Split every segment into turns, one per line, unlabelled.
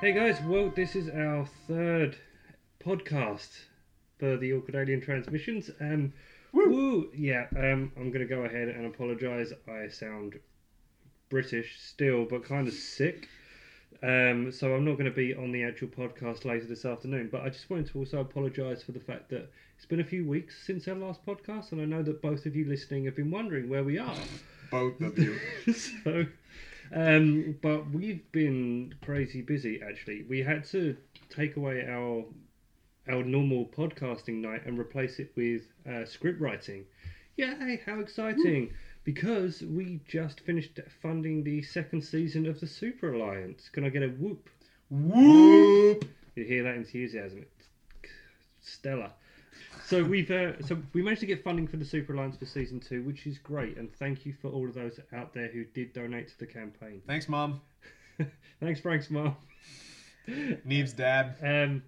Hey guys, well, this is our third podcast for the Awkward Alien Transmissions. Um, woo! Yeah, um, I'm going to go ahead and apologise. I sound British still, but kind of sick. Um, so I'm not going to be on the actual podcast later this afternoon. But I just wanted to also apologise for the fact that it's been a few weeks since our last podcast, and I know that both of you listening have been wondering where we are
Both of you.
so, um, but we've been crazy busy actually. We had to take away our our normal podcasting night and replace it with uh, script writing. Yay! How exciting! Because we just finished funding the second season of the Super Alliance. Can I get a whoop?
Whoop!
You hear that enthusiasm? It's stellar. So we've uh, so we managed to get funding for the Super Alliance for season two, which is great. And thank you for all of those out there who did donate to the campaign.
Thanks, Mom.
Thanks, Frank's mom.
Neves dab.
Um,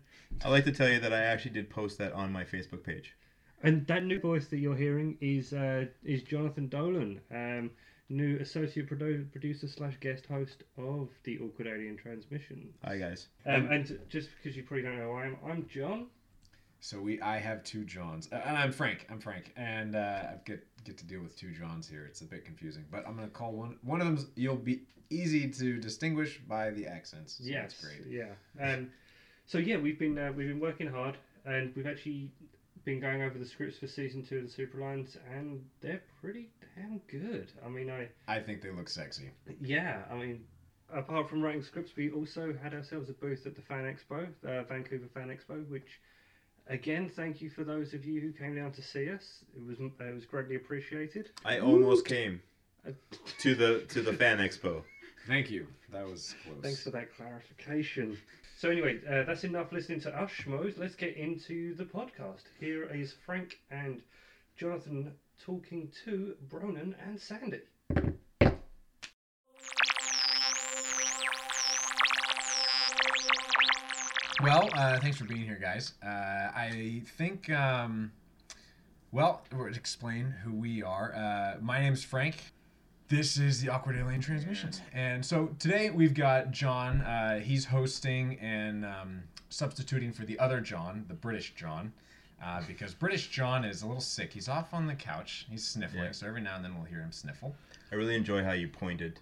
I'd like to tell you that I actually did post that on my Facebook page.
and that new voice that you're hearing is uh, is Jonathan Dolan, um, new associate produ- producer slash guest host of the Awkward Alien Transmission.
Hi guys.
Um, and just because you probably don't know who I am, I'm John.
So we, I have two Johns, Uh, and I'm Frank. I'm Frank, and uh, I get get to deal with two Johns here. It's a bit confusing, but I'm gonna call one. One of them's you'll be easy to distinguish by the accents. So
yes,
that's great.
yeah. Um, so yeah, we've been uh, we've been working hard, and we've actually been going over the scripts for season two of the Super Lines, and they're pretty damn good. I mean, I
I think they look sexy.
Yeah, I mean, apart from writing scripts, we also had ourselves a booth at the Fan Expo, uh, Vancouver Fan Expo, which, again, thank you for those of you who came down to see us. It was it was greatly appreciated.
I almost came to the to the fan expo.
Thank you. That was close.
Thanks for that clarification. So anyway, uh, that's enough listening to us schmoes. Let's get into the podcast. Here is Frank and Jonathan talking to Bronan and Sandy.
Well, uh, thanks for being here, guys. Uh, I think, um, well, we'll explain who we are. Uh, my name's Frank. This is the Awkward Alien Transmissions. And so today we've got John. Uh, he's hosting and um, substituting for the other John, the British John, uh, because British John is a little sick. He's off on the couch. He's sniffling,
Yeah.
so every now and then we'll hear him sniffle.
I really enjoy how you pointed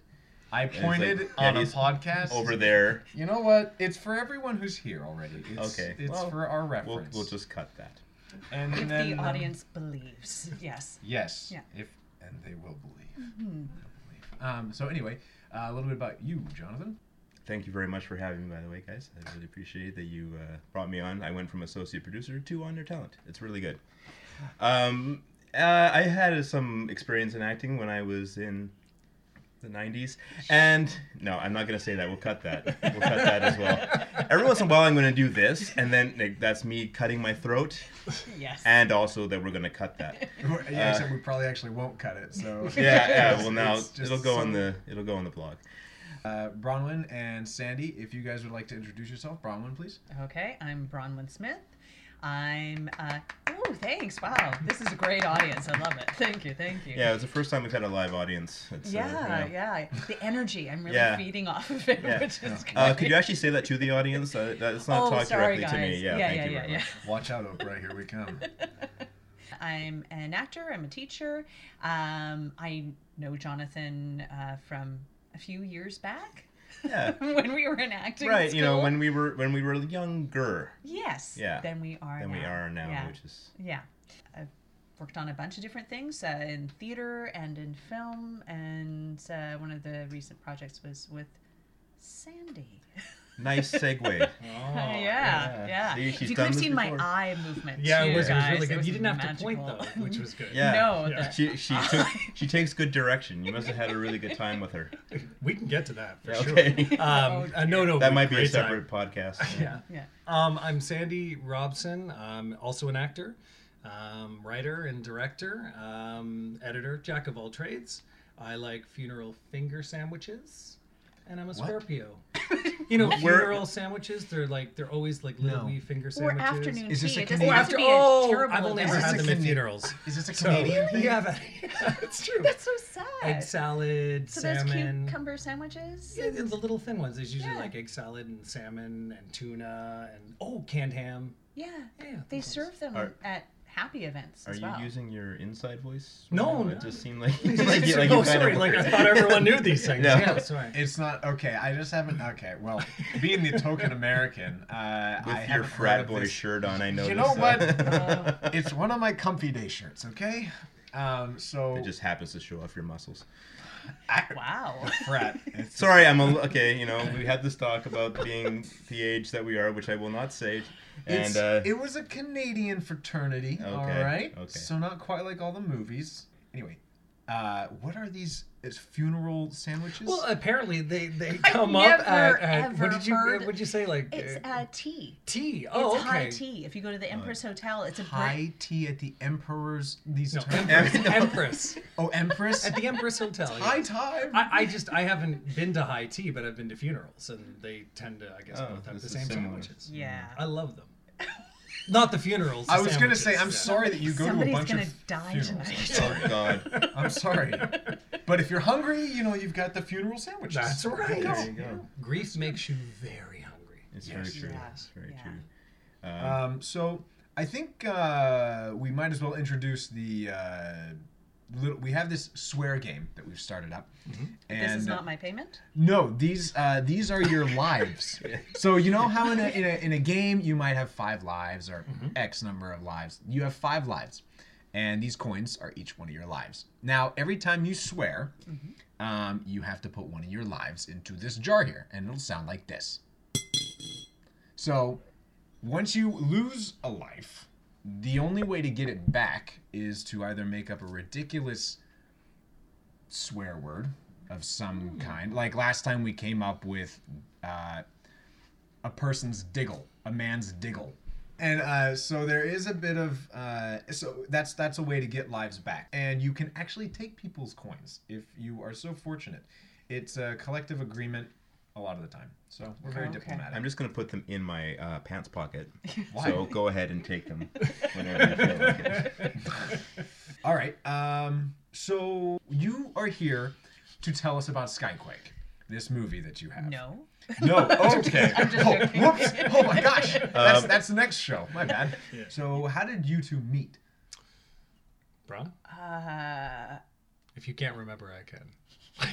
I pointed
like,
on
yeah,
a
he's
podcast.
over there.
You know what? It's for everyone who's here already. It's,
Okay.
It's
Well,
for our
We'll,
reference.
we'll just cut that.
And
If
then,
the
um,
audience believes, yes.
yes.
Yeah. Mm-hmm.
If and they will believe. They'll believe. Um, so anyway, uh, a little bit about you, Jonathan.
Thank you very much for having me, by the way, guys. I really appreciate that you uh, brought me on. I went from associate producer to on your talent. It's really good. Um, uh, I had some experience in acting when I was in the 90s. And no, I'm not going to say that. We'll cut that. We'll cut that as well. Every once in a while, I'm going to do this, and then like, that's me cutting my throat,
Yes.
and also that we're going to cut that.
yeah, except we probably actually won't cut it. So
Uh, Yeah, yeah.
It's-
Well, now
it's just
it'll go on
some-
the it'll go on the blog.
Uh, Bronwyn and Sandy, if you guys would like to introduce yourself, Bronwyn, please.
Okay, I'm Bronwyn Smith. I'm, uh, ooh, thanks. Wow, this is a great audience. I love it. Thank you, thank you.
Yeah, it's the first time we've had a live audience. It's, uh,
Yeah, yeah. The energy, I'm really
Yeah.
feeding off of it,
Yeah.
which is
Uh,
great.
could you actually say that to the audience? Uh, that's not
oh,
talked
sorry,
directly
guys.
to me. Yeah,
yeah,
thank
yeah,
you
yeah,
very
yeah.
much.
Watch out, Oprah. Here we come.
I'm an actor. I'm a teacher. Um, I know Jonathan uh, from a few years back
Yeah.
when we were in acting
Right, you know,
school.
when we were when we were younger
yes,
Yeah.
Then we are.
than
now.
we are now,
Yeah.
which is
Yeah. I've worked on a bunch of different things uh, in theater and in film, and uh, one of the recent projects was with Sandy.
nice segue.
yeah,
yeah.
yeah.
See, she's
if you could
done
have
this
seen
before.
my eye movement.
Yeah,
too,
it was, it was
guys.
really good.
was
you didn't have to point
magical.
though, which was good.
Yeah.
No,
Yeah.
the-
She she took she takes good direction. You must have had a really good time with her.
We can get to that for
Okay.
sure.
Oh,
Um, uh, no, no,
That might be a
great time.
separate podcast.
Yeah.
yeah.
Um, I'm Sandy Robson. I'm also an actor, um, writer, and director, um, editor, jack of all trades. I like funeral finger sandwiches, and I'm a Scorpio. You know,
What?
funeral sandwiches. They're like they're always like little
No.
wee finger
or
sandwiches.
afternoon
Is this
tea.
a
It doesn't
Canadian-
have
after-
to be
oh,
a terrible
I've only
event.
ever had
Is
them
this a
at
Cana-
funerals.
Is this a
So-
Canadian thing?
Yeah, but, yeah, it's true.
That's so sad.
Egg salad,
so those
salmon.
cucumber sandwiches.
Yeah, the the little thin ones. There's usually
Yeah.
like egg salad and salmon and tuna and oh, canned ham.
Yeah,
Yeah,
they
those.
serve them
Are-
at happy events
Are
as
you
well.
using your inside voice?
No,
It
no.
just seemed like,
It's
like, you-
just-
like you
oh,
kinda
sorry. Like
were.
I thought everyone knew these things.
No.
Yeah, sorry.
It's not okay. I just haven't. Okay, well, being the token American, uh, I
With your
haven't heard
frat
of
boy
this-
shirt on, I noticed.
know what?
uh,
It's one of my comfy day shirts. Okay, um, so
it just happens to show off your muscles.
Wow.
frat. It's,
Sorry, I'm a, okay. You know, we had this talk about being the age that we are, which I will not say.
it's-
And uh,
it was a Canadian fraternity.
Okay,
all right.
okay.
So not quite like all the movies. Anyway, uh, what are these? Is funeral sandwiches?
Well, uh, apparently they they come up
never,
at, at
ever
what did you
heard-
what did you say like
It's
uh,
uh, tea.
tea? Oh,
it's
okay.
high tea. If you go to the Empress Hotel, it's a great.
High tea at the emperor's. These
No,
terms.
Empress.
No.
Empress
oh, empress.
at the Empress Hotel. yeah.
High time.
I, I just I haven't been to high tea, but I've been to funerals, and they tend to I guess
Oh,
both have
this
the
is
same
similar.
sandwiches.
Yeah.
I love them. Not the funerals. the
I was gonna
sandwiches,
say, I'm
yeah.
sorry that you go
Somebody's
to a bunch
gonna
of
die
funerals.
tonight.
oh God,
I'm sorry, but if you're hungry, you know you've got the funeral sandwiches.
That's right.
there you go.
Grief makes you very hungry.
It's
Yes.
very true.
Yeah,
It's very
yeah.
true. Um,
Um, so I think uh, we might as well introduce the. Uh, little, we have this swear game that we've started up. And
This is
uh,
not my payment.
No, these uh, these are your lives. So you know how in a, in a in a game you might have five lives or X number of lives. You have five lives, and these coins are each one of your lives. Now every time you swear,
Mm-hmm.
um, you have to put one of your lives into this jar here, and it'll sound like this. So once you lose a life, the only way to get it back is to either make up a ridiculous swear word of some kind. Like last time we came up with uh, a person's diggle, a man's diggle. And uh, so there is a bit of uh, so that's that's a way to get lives back, and you can actually take people's coins if you are so fortunate. It's a collective agreement a lot of the time, so we're very
Okay.
diplomatic.
I'm just gonna put them in my uh, pants pocket.
Why?
So go ahead and take them whenever you feel like it.
All right. Um, so you are here to tell us about Skyquake, this movie that you have.
No.
No. Okay.
I'm just
oh,
joking.
whoops. Oh my gosh. That's,
Um,
that's the next show. My bad. So how did you two meet?
Bron,
Uh,
if you can't remember, I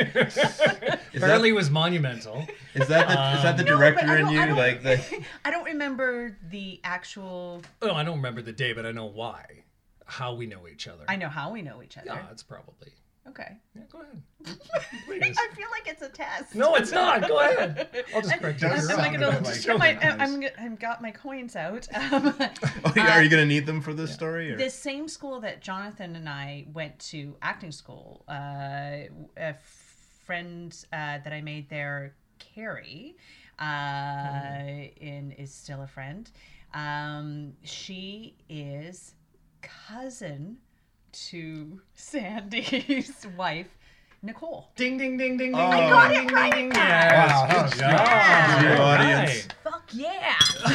can. Apparently, it was monumental.
Is that the, is that the
Um, no,
director
but I
in
don't- I
you?
don't-
Like the
I don't remember the actual.
Oh, I don't remember the day, but I know why, how we know each other.
I know how we know each other.
Yeah, it's probably.
Okay.
Yeah, go ahead. Please.
I feel like it's a test.
No, it's not. Go ahead. I'll just
I'm,
correct you.
Does
I'm,
sound
like
a
gonna,
bit like-
no, my,
Nice.
I'm, gonna- I've got my coins out. Um,
Oh, yeah, are you gonna need them for this story? Or?
the same school that Jonathan and I went to acting school, uh, a friend uh, that I made there, Carrie, uh,
Mm-hmm.
and is still a friend. Um, she is cousin to Sandy's wife, Nicole.
Ding, ding, ding, ding, ding.
I
ding,
got
ding,
it
ding,
right
ding, ding.
now.
Yes,
Wow, that
good
was good.
job.
Dear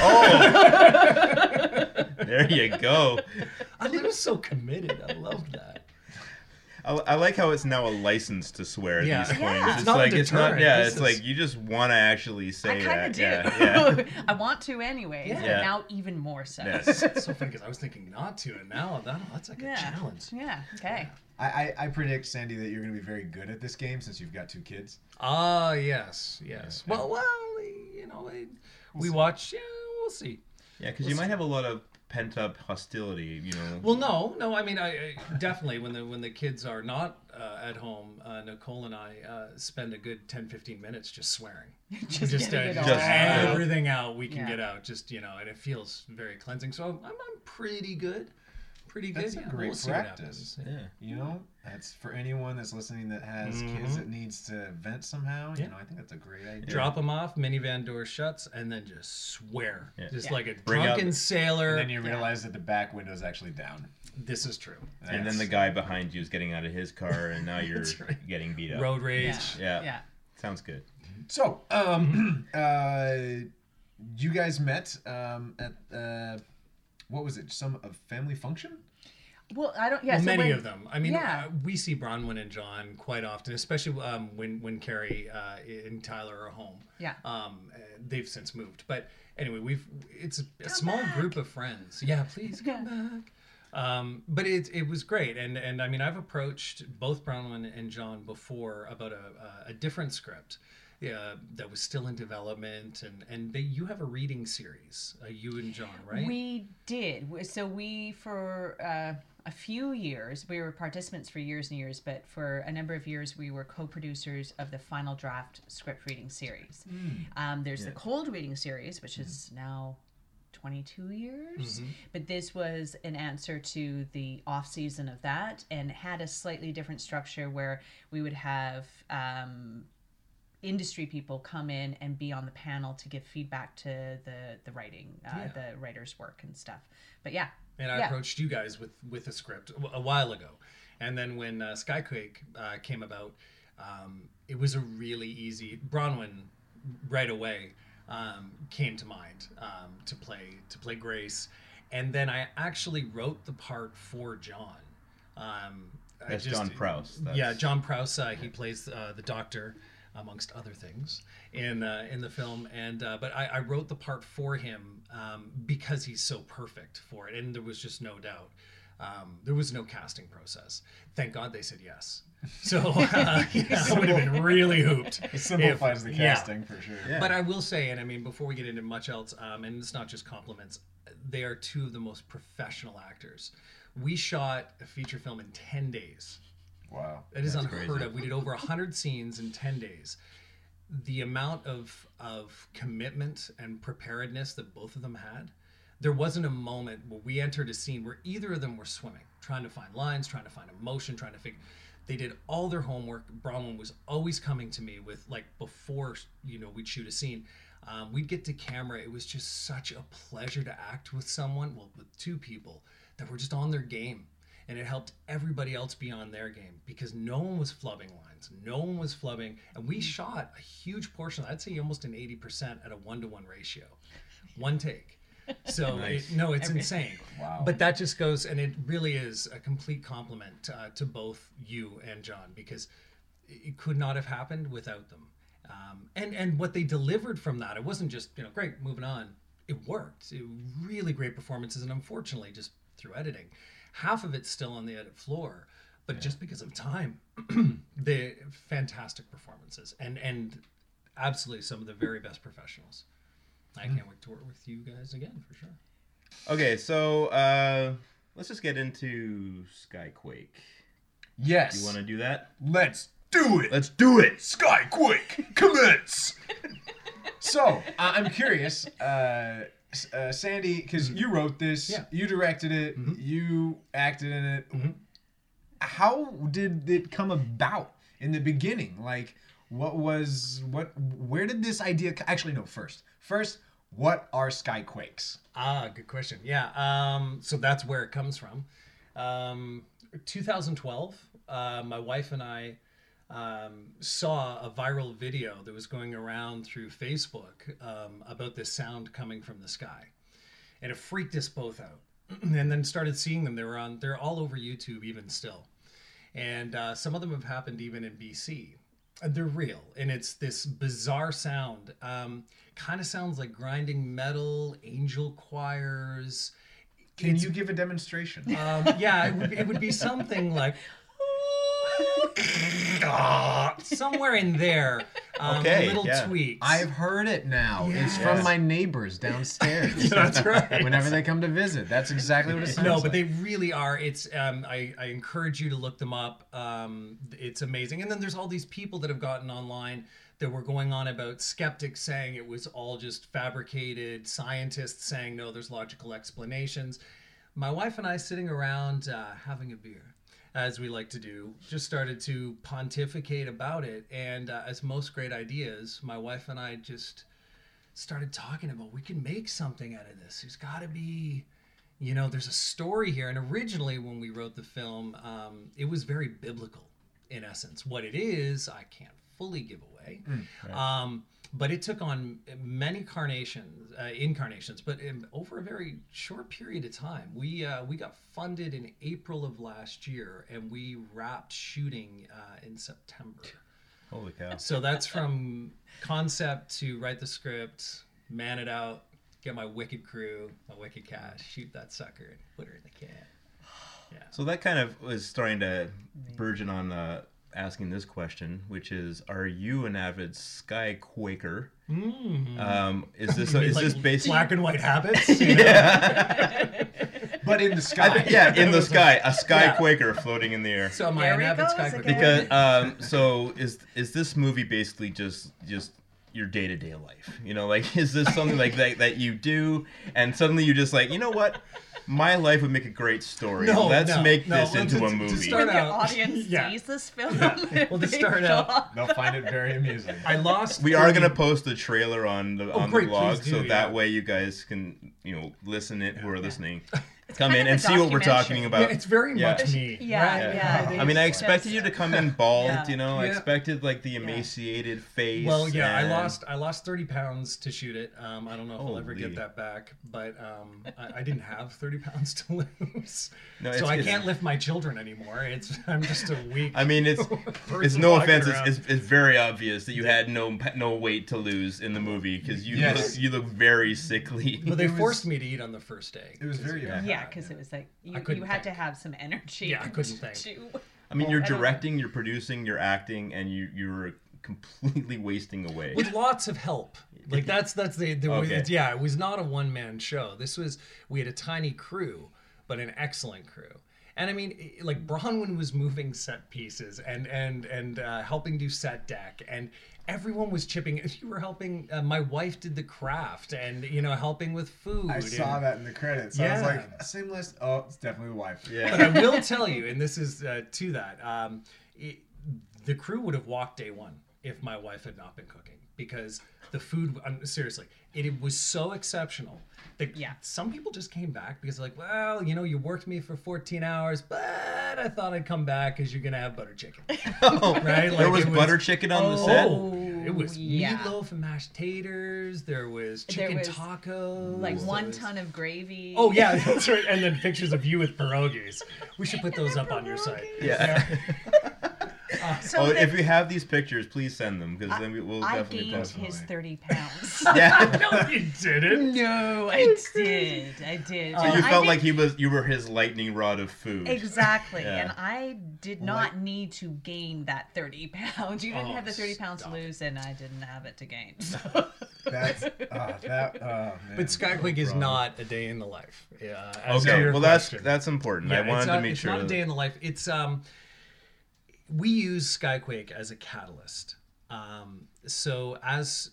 All
audience.
right.
Fuck yeah!
Oh, there you go.
I was so committed. I love that.
I, I like how it's now a license to swear
Yeah.
these coins.
Yeah.
It's,
It's not a
like it's not.
deterrent.
Yeah,
This
it's
is-
like you just want to actually say
I kind
that.
of do.
Yeah, yeah.
I want to anyway.
Yeah.
but
Yeah.
Now even more so.
yes.
It's so funny because I was thinking not to, and now that, that's like
Yeah.
a challenge.
Yeah. Okay.
I, I, I predict Sandy that you're going to be very good at this game since you've got two kids.
Ah, yes, yes. Well, well, you know, it, we watch. Yeah, we'll see.
Yeah, because you might have a lot of pent up hostility. You know.
Well, no, no. I mean, I, I definitely when the when the kids are not uh, at home, uh, Nicole and I uh, spend a good 10, 15 minutes just swearing.
Just getting it
uh,
all
just
out.
everything out we can
Yeah.
get out. Just you know, and it feels very cleansing. So I'm, I'm pretty good. Pretty good.
That's a
yeah,
great
we'll see what
practice.
happens.
yeah.
You know, that's for anyone that's listening that has kids that needs to vent somehow.
Yeah.
You know, I think that's a great idea.
Drop them off, minivan door shuts, and then just swear,
Yeah.
just
Yeah.
like a
Bring out-
drunken sailor.
And then you realize that the back window is actually down.
This is true.
And then the guy behind you is getting out of his car, and now you're
That's right.
getting beat up.
Road rage.
Yeah.
Yeah.
Yeah.
Sounds good.
So, um, uh, you guys met um, at uh, what was it? Some a family function?
Well, I don't. Yeah, so
many
when-
of them. I mean,
Yeah.
uh, we see Bronwyn and John quite often, especially um, when when Carrie uh, and Tyler are home.
Yeah.
Um, uh, they've since moved, but anyway, we've it's a, a small group of friends. Yeah, please come back. Um, but it it was great, and and I mean, I've approached both Bronwyn and John before about a a, a different script. Yeah, that was still in development, and and they, you have a reading series, uh, you and John, right?
We did. W- So we, for uh, a few years, we were participants for years and years, but for a number of years, we were co-producers of the final draft script reading series.
Hmm.
Um, there's the cold reading series, which is now 22 years,
Mm-hmm.
but this was an answer to the off season of that, and had a slightly different structure where we would have. Um, industry people come in and be on the panel to give feedback to the the writing uh,
Yeah.
the writer's work and stuff but yeah
and I
Yeah.
approached you guys with with a script a- a while ago, and then when uh, Skyquake uh, came about, um, it was a really easy Bronwyn right away um, came to mind um, to play to play Grace, and then I actually wrote the part for John. Um, I
That's
just-
John Prowse. That's-
Yeah, John Prowse. Uh, he plays uh, the Doctor, amongst other things, in uh, in the film. And uh, but I, I wrote the part for him um, because he's so perfect for it, and there was just no doubt. Um, there was no casting process. Thank God they said yes. So uh, yeah, I would have been really hooped.
It simplifies
if-
the
yeah.
casting for sure.
Yeah.
But I will say, and I mean, before we get into much else, um, and it's not just compliments, they are two of the most professional actors. We shot a feature film in 10 days.
Wow.
That is
That's
unheard
crazy.
of. We did over 100 scenes in 10 days. The amount of, of commitment and preparedness that both of them had, there wasn't a moment where we entered a scene where either of them were swimming, trying to find lines, trying to find emotion, trying to figure. They did all their homework. Bronwyn was always coming to me with like before you know we'd shoot a scene, um, we'd get to camera. It was just such a pleasure to act with someone, well, with two people that were just on their game and it helped everybody else be on their game because no one was flubbing lines no one was flubbing and we shot a huge portion i'd say almost an 80% at a one-to-one ratio one take so
Nice.
it, no it's insane
Wow.
but that just goes and it really is a complete compliment uh, to both you and john because it could not have happened without them um, and and what they delivered from that it wasn't just you know great moving on it worked it, really great performances and unfortunately just through editing half of it's still on the edit floor but just because of time the fantastic performances and and absolutely some of the very best professionals i can't wait to work with you guys again for sure
Okay, so uh, let's just get into Skyquake.
Yes.
You want to do that?
Let's do it.
Let's do it.
Skyquake, commence. so uh, I'm curious, uh, S- uh, Sandy, because you wrote this,
Yeah.
you directed it, you acted in it. How did it come about in the beginning? Like, what was what? Where did this idea? c- Actually, no. First, first, what are skyquakes?
Ah, good question. Yeah. Um, so that's where it comes from. Um, 2012, uh, my wife and I um, saw a viral video that was going around through Facebook um, about this sound coming from the sky, and it freaked us both out. and then started seeing them. They were on. They're all over YouTube even still, and uh, some of them have happened even in BC. And Uh, They're real, and it's this bizarre sound. Um, kind of sounds like grinding metal, angel choirs.
Can you give a demonstration?
Um, yeah, it would, it would be something like somewhere in there. Um,
Okay,
little
yeah.
tweaks.
I've heard it now. It's from
Yeah.
my neighbors downstairs.
That's right.
Whenever they come to visit, that's exactly what it sounds
no, but
like.
they really are. It's um, I, I encourage you to look them up. Um, it's amazing. And then there's all these people that have gotten online that were going on about skeptics saying it was all just fabricated, scientists saying no, there's logical explanations. My wife and I sitting around uh, having a beer. As we like to do, just started to pontificate about it. And uh, as most great ideas, my wife and I just started talking about we can make something out of this. There's got to be, you know, there's a story here. And originally, when we wrote the film, um, it was very biblical in essence. What it is, I can't fully give away. Um, but it took on many carnations, uh, incarnations, but in, over a very short period of time. We uh, we got funded in April of last year, and we wrapped shooting uh, in September.
Holy cow.
So that's from concept to write the script, man it out, get my wicked crew, my wicked cat, shoot that sucker, and put her in the can.
So that kind of was starting to burgeon on uh, asking this question, which is, are you an avid sky quaker? Um, is this is
Mm-hmm. Uh, Like
this based?
black and white habits? you know?
But in the
I
sky.
think, yeah, in the sky, a sky
Yeah.
quaker floating in the air.
So am I
There
an
he
avid
goes
skyclipper?
again.
Because um, so is is this movie basically just just your day to day life? You know, like is this something like that that you do, and suddenly you're just like, you know what, my life would make a great story.
No,
let's
no,
make
no,
this
well,
into
to-
a
to
movie.
start
When the
out-
audience
Yeah.
sees this film,
Well, to
they
start out,
shock.
They'll find it very amusing.
I lost.
We are
30
gonna post the trailer on the on
Oh, great,
the blog,
please do,
so
yeah.
that way you guys can you know listen it who are listening, come
kind
in
of
and
a
see what we're talking
documentary.
about.
It's very
Yeah.
much me.
Yeah,
right?
yeah.
I mean, I expected you to come in bald,
Yeah.
you know. I
Yeah.
expected like the emaciated face.
Well, yeah,
and-
I lost. I lost thirty pounds to shoot it. Um, I don't know if I'll ever
Holy.
get that back, but um, I, I didn't have thirty pounds to lose,
No,
so
it's-
I
it's-
can't lift my children anymore. It's I'm just a weak.
I mean, it's
person
it's no
walking
offense. It's,
around.
it's, it's very obvious that you had no no weight to lose in the movie because you
Yes.
look, you look very sickly.
but they
it was-
forced me to eat on the first day.
It was very.
Yeah.
Yeah, because it was like you,
couldn't
you had to
think.
have some energy.
Yeah, I couldn't think.
to-
I mean, you're
I don't-
directing, you're producing, you're acting, and you you're completely wasting away.
with lots of help. Like that's that's the, the
Okay.
it's- yeah. It was not a one man show. This was we had a tiny crew, but an excellent crew. And I mean, i- like Bronwyn was moving set pieces and and and uh, helping do set deck, and everyone was chipping. If you were helping, uh, my wife did the craft, and you know, helping with food.
I saw
and-
that in the credits. I was
Yeah.
like, same list. Oh, it's definitely the wife.
but I
yeah.
will tell you, and this is uh, to that, um, it, the crew would have walked day one if my wife had not been cooking because the food, um, seriously, it, it was so exceptional. That
Yeah.
Some people just came back because, like, well, you know, you worked me for 14 hours, but I thought I'd come back because you're going to have butter chicken. Right?
Oh, there
Like,
was
it
butter chicken on the set.
Oh, it was
yeah.
meatloaf and mashed taters. There was
There
chicken
was,
tacos.
like
there
one
was-
ton of gravy.
Oh yeah, that's right. And then pictures of you with pierogies. We should put those up on your site.
Yeah.
So
Oh,
then
if we have these pictures, please send them because then we will
I
definitely
gained
post them.
his
definitely.
thirty pounds.
Yeah.
No, you didn't.
no, I did. I did.
So you
I
felt
did-
like he was you were his lightning rod of food.
Exactly,
Yeah.
and I did not need to gain that thirty pounds. You didn't
Oh,
have the thirty pounds to
stop.
lose, and I didn't have it to gain.
That's uh, that. Oh, man.
But Skyquake is
Wrong.
not a day in the life. Yeah. as to
Okay,
your
well that's
question.
that's important.
Yeah,
I wanted
it's not,
to make
it's
sure.
not a
that-
day in the life. It's um, we use Skyquake as a catalyst. Um, so as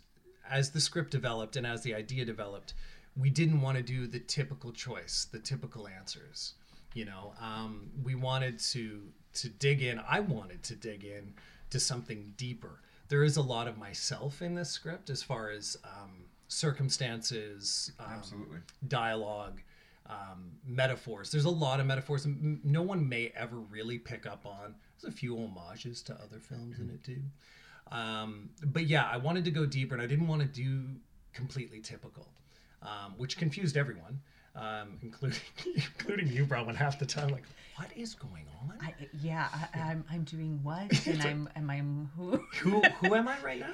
as the script developed and as the idea developed, we didn't want to do the typical choice, the typical answers. You know, um, we wanted to to dig in. I wanted to dig in to something deeper. There is a lot of myself in this script as far as um, circumstances, um,
Absolutely.
dialogue, um, metaphors. There's a lot of metaphors, and m- no one may ever really pick up on. There's a few homages to other films in it too. Um, but yeah, I wanted to go deeper, and I didn't want to do completely typical, um, which confused everyone, um, including including you, Bronwyn, half the time. Like, what is going on?
I, yeah, I, I'm I'm doing what, and I'm and I'm who.
who who am I right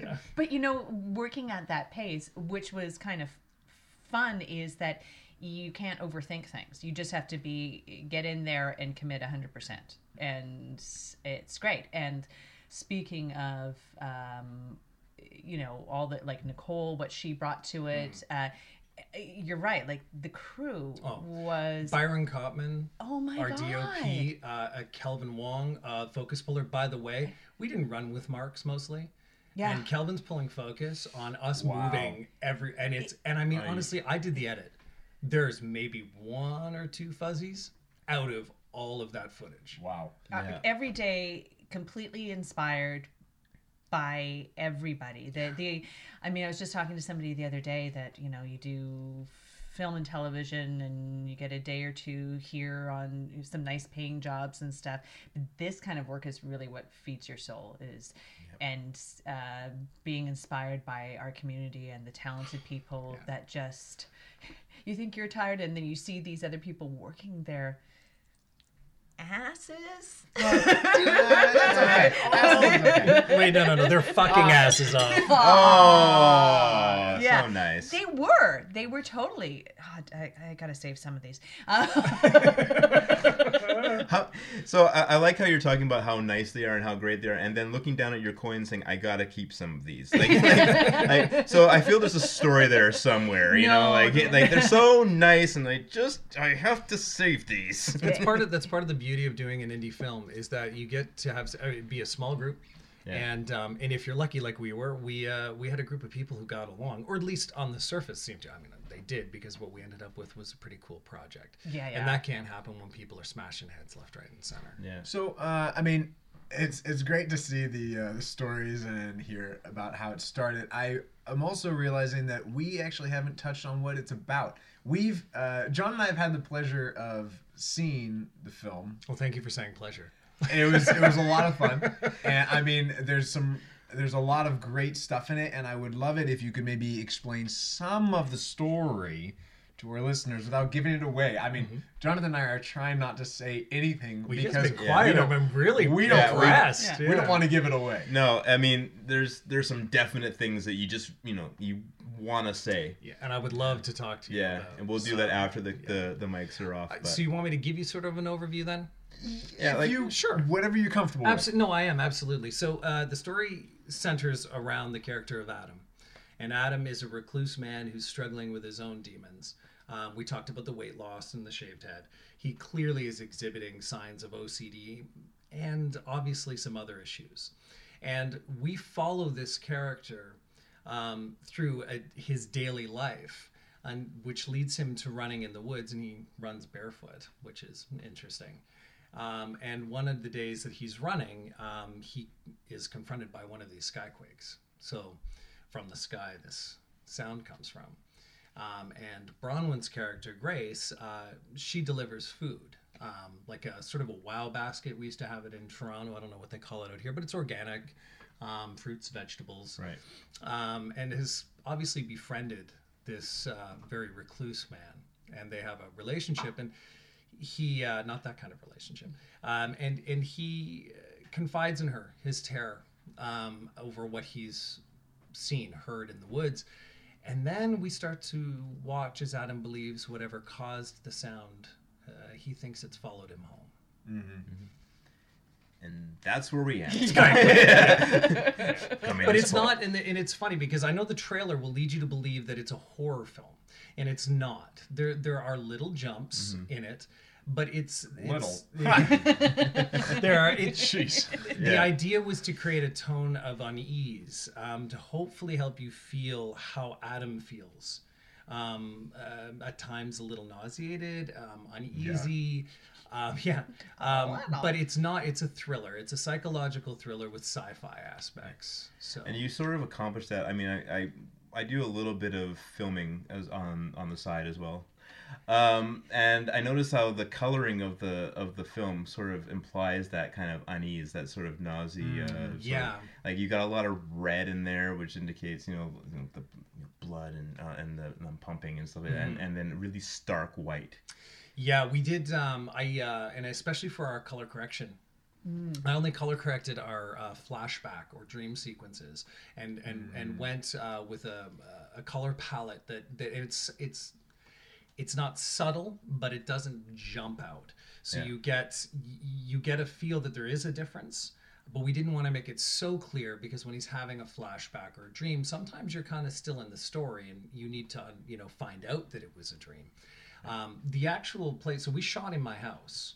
now?
But you know, working at that pace, which was kind of fun, is that you can't overthink things. You just have to be get in there and commit hundred percent, and it's great. And speaking of, um, you know, all that like Nicole, what she brought to it. Uh, you're right. Like the crew
Mm. Oh.
was.
Byron Kopman.
oh my
our
god!
DOP, uh, uh, Kelvin Wong, uh, focus puller. By the way, we didn't run with marks mostly.
Yeah.
And Kelvin's pulling focus on us
Wow.
moving every, and it's, and I mean, honestly, I did the edit. There's maybe one or two fuzzies out of all of that footage.
Wow.
Uh,
Yeah.
every day completely inspired by everybody the the i mean i was just talking to somebody the other day that you know you do film and television and you get a day or two here on some nice paying jobs and stuff but this kind of work is really what feeds your soul is and uh, being inspired by our community and the talented people that just you think you're tired and then you see these other people working their asses
That's okay. That's okay.
Wait, no, no, no. They're fucking asses off.
Oh,
Yeah.
so nice.
They were. They were totally. God, I, I gotta save some of these. Uh,
How, so I, I like how you're talking about how nice they are and how great they are, and then looking down at your coin saying, "I gotta keep some of these." Like, like, I- so I feel there's a story there somewhere. You know,
No,
like
dude.
like they're so nice, and I just I have to save these.
That's part of that's part of the beauty of doing an indie film is that you get to have I mean, be a small group,
Yeah.
and um, and if you're lucky like we were, we uh, we had a group of people who got along, or at least on the surface seemed to. I mean, they did because what we ended up with was a pretty cool project.
Yeah, yeah.
And that can't happen when people are smashing heads left, right, and center.
yeah.
So, uh, I mean, it's it's great to see the uh, the stories and hear about how it started. I am also realizing that we actually haven't touched on what it's about. We've uh, John and I have had the pleasure of seeing the film.
Well, thank you for saying pleasure.
It was it was a lot of fun, and I mean, there's some. There's a lot of great stuff in it, and I would love it if you could maybe explain some of the story to our listeners without giving it away. I
Mm-hmm.
mean, Jonathan and I are trying not to say anything
We
because
because been quiet.
we
I've
don't-
been really
we
we
don't-
don't
Yeah, we-
impressed.
we don't want to give it away.
No, I mean, there's there's some definite things that you just you know you want to say.
Yeah, and I would love to talk to you.
Yeah,
about
and we'll do
some-
that after the the, the mics are off. But,
So you want me to give you sort of an overview then?
yeah, like,
you
sure.
whatever you're comfortable
Absolutely. No, I am absolutely. So uh, the story centers around the character of Adam, and Adam is a recluse man who's struggling with his own demons. Um, we talked about the weight loss and the shaved head. He clearly is exhibiting signs of OCD and obviously some other issues. And we follow this character um, through a, his daily life, and which leads him to running in the woods, and he runs barefoot, which is interesting. Um, and one of the days that he's running, um, he is confronted by one of these skyquakes. So, from the sky, this sound comes from. Um, and Bronwyn's character, Grace, uh, she delivers food, um, like a sort of a wow basket. We used to have it in Toronto. I don't know what they call it out here, but it's organic um, fruits, vegetables
right.
um, and has obviously befriended this uh, very recluse man, and they have a relationship. And he, uh, not that kind of relationship, um, and and he uh, confides in her his terror um, over what he's seen, heard in the woods. And then we start to watch as Adam believes whatever caused the sound, uh, he thinks it's followed him home.
And that's where we end. Coming
But
this
it's
fall.
not, and, the, and it's funny because I know the trailer will lead you to believe that it's a horror film, and it's not. There there are little jumps
Mm-hmm.
in it, but it's, it's there are it's
Jeez.
the
Yeah.
idea was to create a tone of unease um, to hopefully help you feel how Adam feels. Um, uh, at times, a little nauseated, um, uneasy. Um, yeah. Um,
Little.
but it's not, it's a thriller. It's a psychological thriller with sci fi aspects. So,
And you sort of accomplish that. I mean, I, I, I do a little bit of filming as on on the side as well, um, and I notice how the coloring of the of the film sort of implies that kind of unease, that sort of nausea. uh, sort of-
yeah.
like you got a lot of red in there, which indicates you know, you know, the your blood and uh, and the and the pumping and stuff, like that, and, and then really stark white.
Yeah, we did. Um, I uh, and especially for our color correction, I only color corrected our uh, flashback or dream sequences, and and and went uh, with a, a color palette that that it's it's it's not subtle, but it doesn't jump out. So
Yeah.
you get y- you get a feel that there is a difference. But we didn't want to make it so clear because when he's having a flashback or a dream, sometimes you're kind of still in the story and you need to, you know, find out that it was a dream. Um, the actual place, so we shot in my house.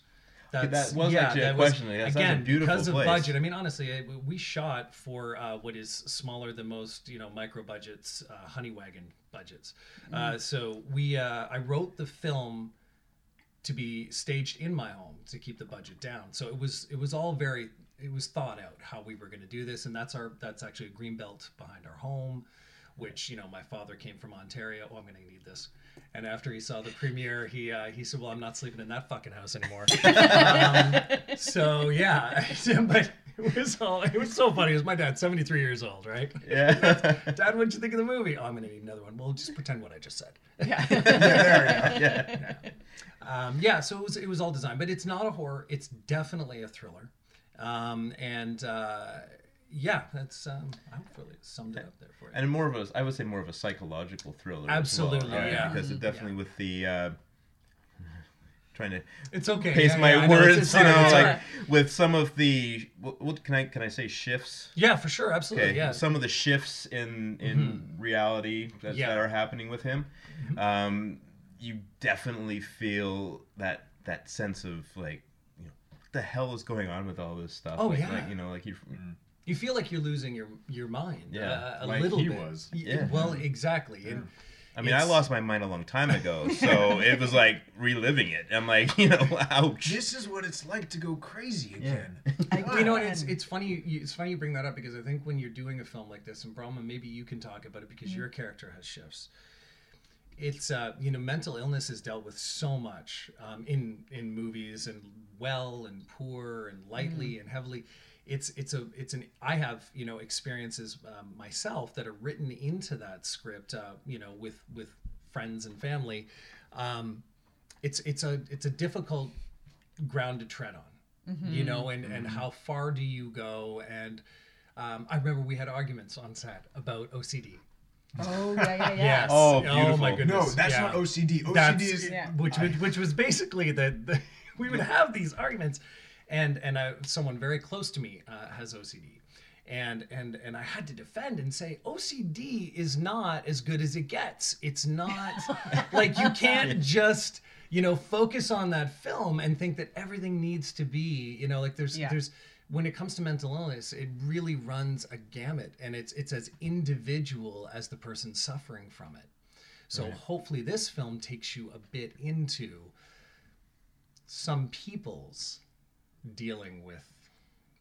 that was actually a question. Like, that sounds a
again
beautiful
because of
place.
budget. I mean, honestly, I- we shot for uh, what is smaller than most, you know, micro budgets, uh, honey wagon budgets.
Mm.
Uh, so we, uh, I wrote the film to be staged in my home to keep the budget down. So it was, it was all very, it was thought out how we were going to do this, and that's our, that's actually a green belt behind our home. which you know my father came from Ontario. Oh, I'm gonna need this. And after he saw the premiere, he uh, he said, "Well, I'm not sleeping in that fucking house anymore." um, so yeah, but it was all it was so funny. It was my dad, 73 years old, right?
Yeah.
Dad, what'd you think of the movie? Oh, I'm gonna need another one. Well, just pretend what I just said.
there we go. Yeah.
Um, yeah, so it was it was all designed, but it's not a horror. It's definitely a thriller, um, and uh, yeah, that's um, I've really summed it up there for you.
And more of a, I would say more of a psychological thriller. as well,
Absolutely,
uh,
yeah. Mm-hmm.
Because it definitely with the. Uh, trying to
it's okay.
pace
yeah,
my
yeah, I know, it's-
words,
it's
you
hard,
know,
it's
like
hard.
with some of the what, what can I can I say shifts?
yeah, for sure, absolutely,
Okay,
yeah. Mm-hmm.
some of the shifts in in reality that,
Yeah. Mm-hmm.
that are happening with him, um, you definitely feel that that sense of like, you know, what the hell is going on with all this stuff?
Oh,
like,
yeah.
like, you know, like you.
you feel like you're losing your your mind,
Yeah,
uh, a
like
little
he
bit.
was.
Y-
Yeah.
Well, exactly. And
I mean, I
It's-
lost my mind a long time ago, so it was like reliving it. I'm like, you know, ouch.
This is what it's like to go crazy again.
you know, and it's it's funny. You, it's funny you bring that up because I think when you're doing a film like this, and Brahma, maybe you can talk about it because your character has shifts. It's uh, you know, mental illness is dealt with so much um, in in movies and well and poor and lightly and heavily. It's it's a it's an I have you know experiences um, myself that are written into that script. Uh, you know, with with friends and family. Um, it's it's a it's a difficult ground to tread on you
Mm-hmm.
know and and how far do you go and um, i remember we had arguments on set about ocd
Oh yeah, yeah, yeah.
yes
Oh,
my
beautiful.
goodness
No, that's
yeah.
not OCD. OCD
That's-
is
Yeah.
which was- which was basically the, the we would have these arguments and and I, someone very close to me uh, has ocd and and and i had to defend and say ocd is not as good as it gets it's not like you can't just you know focus on that film and think that everything needs to be you know like there's
Yeah.
there's when it comes to mental illness it really runs a gamut and it's it's as individual as the person suffering from it so hopefully this film takes you a bit into some people's dealing with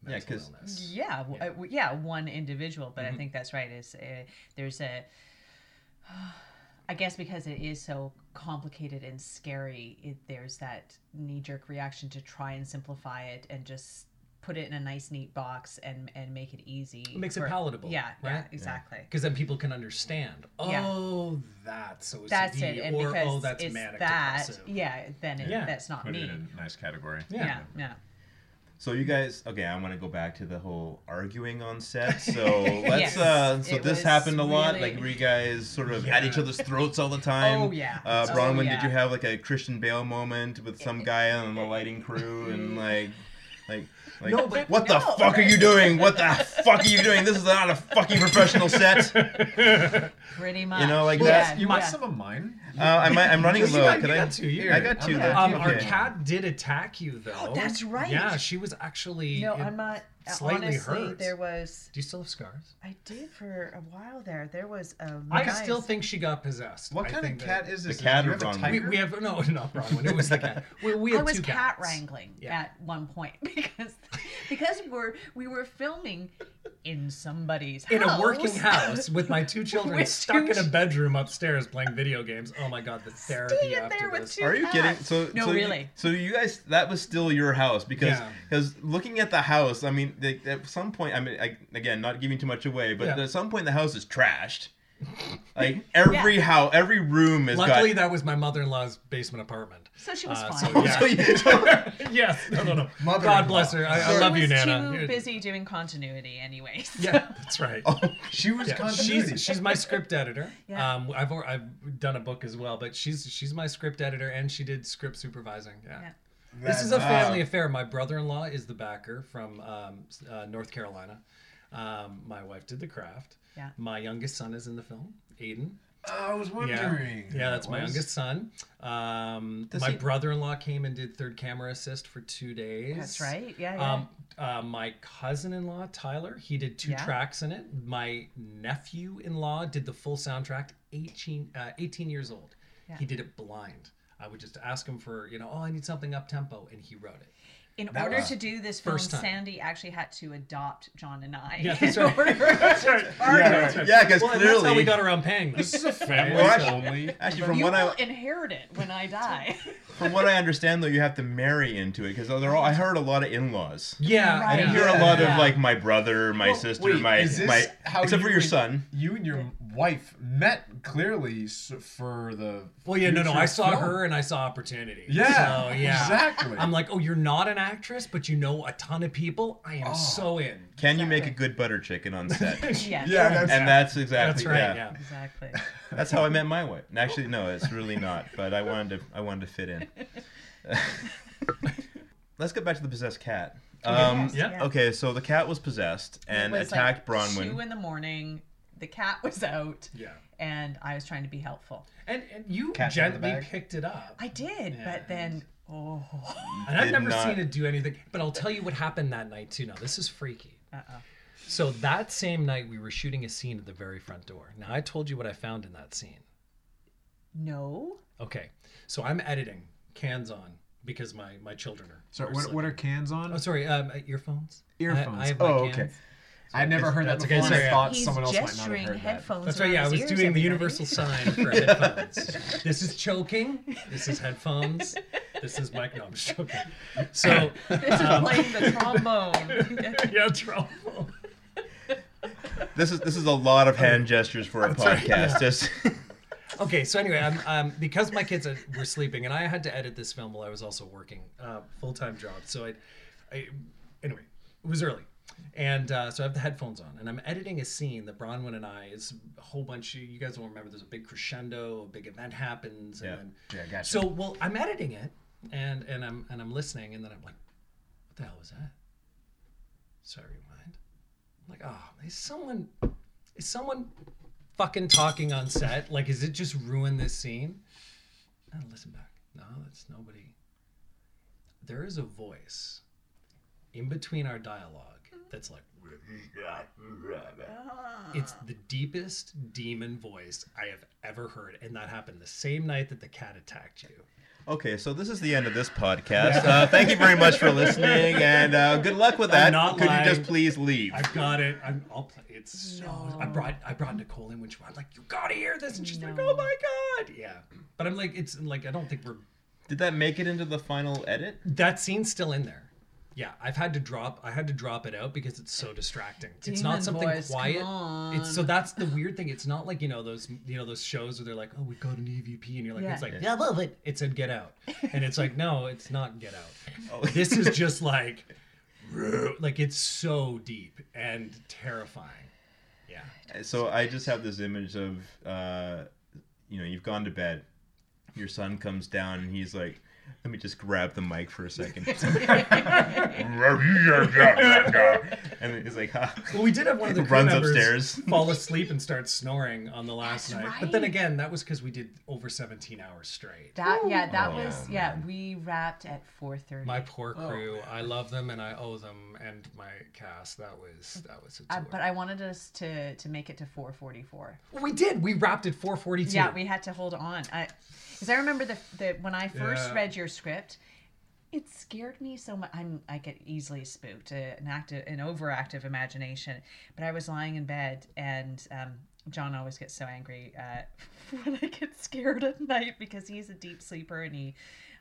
Yeah,
mental
'cause-
illness.
yeah, w- uh, w- yeah, one individual. But
Mm-hmm.
I think that's right. Is uh, there's a, I guess because it is so complicated and scary, it, there's that knee jerk reaction to try and simplify it and just put it in a nice neat box and and make it easy. It
makes it palatable,
Yeah, yeah,
right?
exactly.
Because then people can understand.
Yeah.
Oh, that's OCD.
That's it. And
or
because
oh, that's
it's
manic
that,
depressive.
yeah, then it,
Yeah.
that's not
Put it
me.
in a nice category.
Yeah.
yeah, yeah.
So you guys, okay, I want to go back to the whole arguing on set. So let's.
Yes.
uh So
It
this
was
happened a lot.
really-
Like were you guys sort of at each
Yeah.
other's throats all the time.
Oh, yeah.
Uh,
Oh,
Bronwyn,
yeah.
did you have like a Christian Bale moment with some guy on the lighting crew and like, like, like
No, but-
what the
no,
fuck are you doing? What the fuck are you doing? This is not a fucking professional set. Uh,
Pretty much.
know, like
yeah,
that's-
You
yeah.
want some of mine? Uh,
I might, I'm running
You
low.
got-
Can
you
I?
got two here.
I got two.
Okay.
that's
Um, our
okay.
cat did attack you though.
Oh, that's right.
Yeah, she was actually.
No,
it-
I'm not.
slightly
honestly,
hurt.
there was.
Do you still have scars?
I did for a while there. There was a.
I
nice-
still think she got possessed.
What
I
kind of
think
cat
that-
is this?
cat
Do you
or
have a
Bronwyn?
We,
tiger?
we have no, not wrong one. It was the cat. We, we
I
have
was
two
cat
cats.
wrangling
Yeah.
at one point because because we're we were filming in somebody's
in
house.
a working house with my two children
With
stuck
two
in a bedroom upstairs playing video games. Oh my god, the therapy
Staying in
after
there with
this.
two
Are you kidding?
cats.
So
no,
so you-
really.
so you guys, that was still your house because
Yeah.
because looking at the house, I mean, they, at some point, I mean, I, again, not giving too much away, but
Yeah.
at some point, the house is trashed. Like every house, every room is
Luckily,
got.
that was my mother-in-law's basement apartment.
so she was
Uh,
fine.
so, yeah.
So you- so-
yes, no, no, no.
Mother-in-law.
God bless her. I, I
She
love
was
you, Nana.
Too
You're-
busy doing continuity, anyways.
Yeah, that's right.
She was
Yeah,
Oh, continuity.
she's she's my script editor.
Yeah.
Um, I've al- I've done a book as well, but she's she's my script editor and she did script supervising. Yeah.
Yeah.
This is a
That's-
family
Wow.
affair. My brother-in-law is the backer from um, s- uh, North Carolina. Um, my wife did the craft.
Yeah.
My youngest son is in the film, Aiden.
I was
Yeah,
wondering.
yeah, that's my
Was-
youngest son. Um,
Does
my
he-
brother-in-law came and did third camera assist for two days.
That's right. Yeah, yeah.
Um, uh, my cousin-in-law Tyler, he did two
Yeah.
tracks in it. My nephew-in-law did the full soundtrack. 18, uh, 18 years old. He did it blind. I would just ask him for you know, oh, I need something up tempo, and he wrote it.
in
That
order
was
to do this film,
first time.
Sandy actually had to adopt John and I.
Yeah, that's
in
right.
order to
Yeah,
partner.
right. yeah, because
Well, and
clearly,
that's how we got around paying this.
is a family
What?
only.
actually, from
You
what
will
I
inherit it when I die.
from what I understand, though, you have to marry into it because they're all. I heard a lot of in-laws.
yeah,
Right.
yeah.
I hear a lot
Yeah.
of like my brother, my sister,
Wait,
my
is this
my
how
except
you
for your
and-
son.
You and your wife met clearly s- for the.
Well, yeah, no, no.
future
I saw
film.
her and I saw opportunity.
Yeah,
So, yeah.
exactly.
I'm like, oh, you're not an actress, but you know a ton of people. I am so in.
Can you make a good butter chicken on set?
Yes.
yeah, that's,
and that's exactly
That's right.
yeah.
Yeah.
Exactly.
That's how I met my wife. And Actually, no, it's really not. But I wanted to I wanted to fit in. Let's get back to the possessed cat. Um,
Yes,
yeah.
yes.
Okay, so the cat was possessed and
It was,
attacked
like
Bronwyn.
Two in the morning. The cat was out,
Yeah.
and I was trying to be helpful.
And, and you
Cat in the
gently
bag.
picked it up.
I did, but then oh,
And I've
Did
never
not-
seen it do anything. But I'll tell you what happened that night too. Now this is freaky.
Uh-oh.
So that same night we were shooting a scene at the very front door. Now I told you what I found in that scene.
no.
Okay. So I'm editing cans on because my my children are.
Sorry,
are
what,
sleeping.
what are cans on?
Oh, sorry. Um, earphones.
Earphones.
I, I have my
Oh,
cans.
okay. I've never heard that
That's
before.
okay,
and I
sorry.
thought
He's
someone else might not have
gesturing
heard that.
headphones.
That's right. Yeah, I
around
was
his ears,
doing the
everybody.
universal sign for headphones. this is choking. This is headphones. This is mic. No, I'm just joking. So,
This
Um,
is playing the trombone.
yeah, trouble.
This is this is a lot of hand gestures for a podcast. Just
Okay, so anyway, I'm, um, because my kids are- were sleeping and I had to edit this film while I was also working uh, full time job. So I, I, anyway, it was early, and uh, so I have the headphones on and I'm editing a scene that Bronwyn and I is a whole bunch. You, you guys will remember. There's a big crescendo, a big event happens, and
Yeah.
then
Yeah, gotcha.
So well, I'm editing it, and and I'm and I'm listening, and then I'm like, what the hell was that? So I rewind. I'm like, oh, is someone is someone fucking talking on set? Like, is it just ruin this scene? And I listen back. No, that's nobody. There is a voice in between our dialogue that's like. It's the deepest demon voice I have ever heard, and that happened the same night that the cat attacked you.
okay, so this is the end of this podcast. Uh, thank you very much for listening, and uh, good luck with that.
I'm not
Could you
lying.
just please leave?
I've got it. I'm. I'll play. It's so. I brought. I brought Nicole in, which I'm like, you gotta hear this, and she's like, oh my god, yeah. But I'm like, it's like I don't think we're.
Did that make it into the final edit?
That scene's still in there. Yeah, I've had to drop. I had to drop it out because it's so distracting. it's
Demon
not something
voice,
quiet.
come
It's so that's the weird thing. It's not like you know those you know those shows where they're like, oh, we got an EVP, and you're like,
Yeah.
it's like, yeah, love it. It's a Get Out, and it's like, no, it's not Get Out.
Oh.
this is just like, like it's so deep and terrifying. Yeah.
So I just have this image of, uh, you know, you've gone to bed, your son comes down, and he's like, "Let me just grab the mic for a second. and then he's like, "Ha."
Well, we did have one of the crew
Runs
members
upstairs.
fall asleep and start snoring on the last
That's
night. But then
right.
again, that was because we did over 17 hours straight.
That yeah, that
Oh,
was yeah. We wrapped at four thirty.
My poor crew. I love them and I owe them and my cast. That was that was a
Uh,
tour.
but I wanted us to to make it to four forty four.
we did. We wrapped at 4:42.
Yeah, we had to hold on. I, because I remember the, the when I first
Yeah.
read your script, it scared me so much. I'm I get easily spooked, uh, an active, an overactive imagination. But I was lying in bed, and um, John always gets so angry uh, when I get scared at night because he's a deep sleeper and he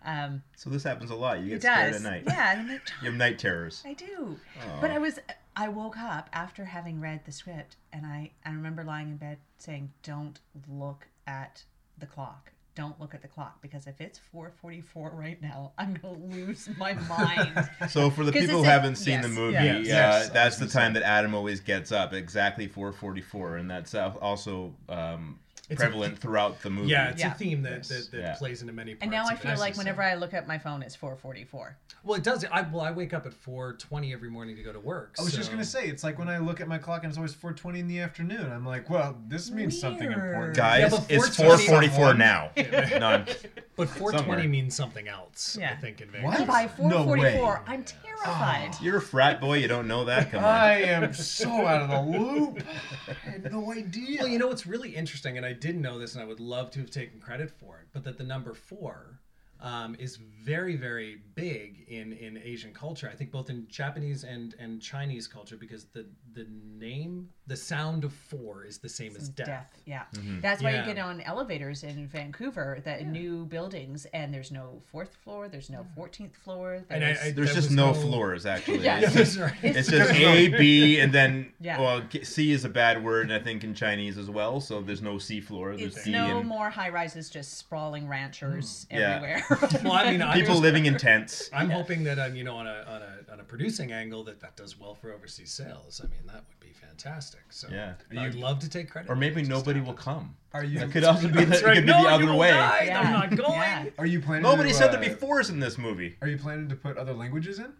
um,
So this happens a lot. You
he
get scared
does.
at night.
Yeah, and I'm like, John,
You have night terrors.
I do. But I was I woke up after having read the script and I I remember lying in bed saying don't look at the clock. Don't look at the clock because if it's 4:44 right now, I'm going to lose my mind.
So for the people
'Cause it's
who
a-
haven't seen the
yes,
movie,
yes.
uh,
Yes, I
that's the time that Adam always gets up, exactly 4:44, and that's uh, also um,
It's a-
prevalent throughout the movie.
Yeah, it's
Yeah.
a theme that
Yes.
that, that
Yeah.
plays into many parts.
and now I
of it.
feel like whenever I look at my phone it's 4:44.
Well, it does. I well, I wake up at 4:20 every morning to go to work.
I was just
so-
gonna say, it's like when I look at my clock and it's always 4:20 in the afternoon. I'm like, well, this means something important.
Guys,
Yeah, but
it's
4:20
4:44 now. no, I'm-
But 4:20
Somewhere.
means something else. I
Yeah.
think in
What?
Vancouver.
And by
No
4:44, I'm terrified.
you're a frat boy. You don't know that. Come on.
I am so out of the loop. I had no idea.
Well, you know what's really interesting, and I didn't know this, and I would love to have taken credit for it, but that the number four um, is very very big in in Asian culture. I think both in Japanese and and Chinese culture because the the name the sound of four is the same as death.
Yeah. That's why
Yeah.
you get on elevators in Vancouver, that new buildings, and there's no fourth floor, there's no 14th floor.
And I,
There's,
I-
There's
that
just
was
no floors, actually.
Yeah.
It's
That's
just,
right.
it's just A, B, and then
Yeah.
well, K- C is a bad word, I think, in Chinese as well. So there's no C floor. There's
it's
D,
no
and
more high rises, just sprawling ranchers
Yeah.
everywhere.
Mm-hmm. well, I mean, I
people
was-
living in tents.
I'm hoping that I'm, you know, on a, on a on a producing angle that that does well for overseas sales. I mean, that would be fantastic. So
Yeah.
I'd love to take credit.
Or
for
maybe
it. Just
nobody
stop
will
it.
come.
Are you?
That could uh, also be the,
That's
it
right.
could be
no,
the
you
other
will
way.
die.
Yeah.
I'm not going.
Yeah.
Are you planning?
Nobody
to,
said
uh,
there'd be fours in this movie.
Are you planning to put other languages in?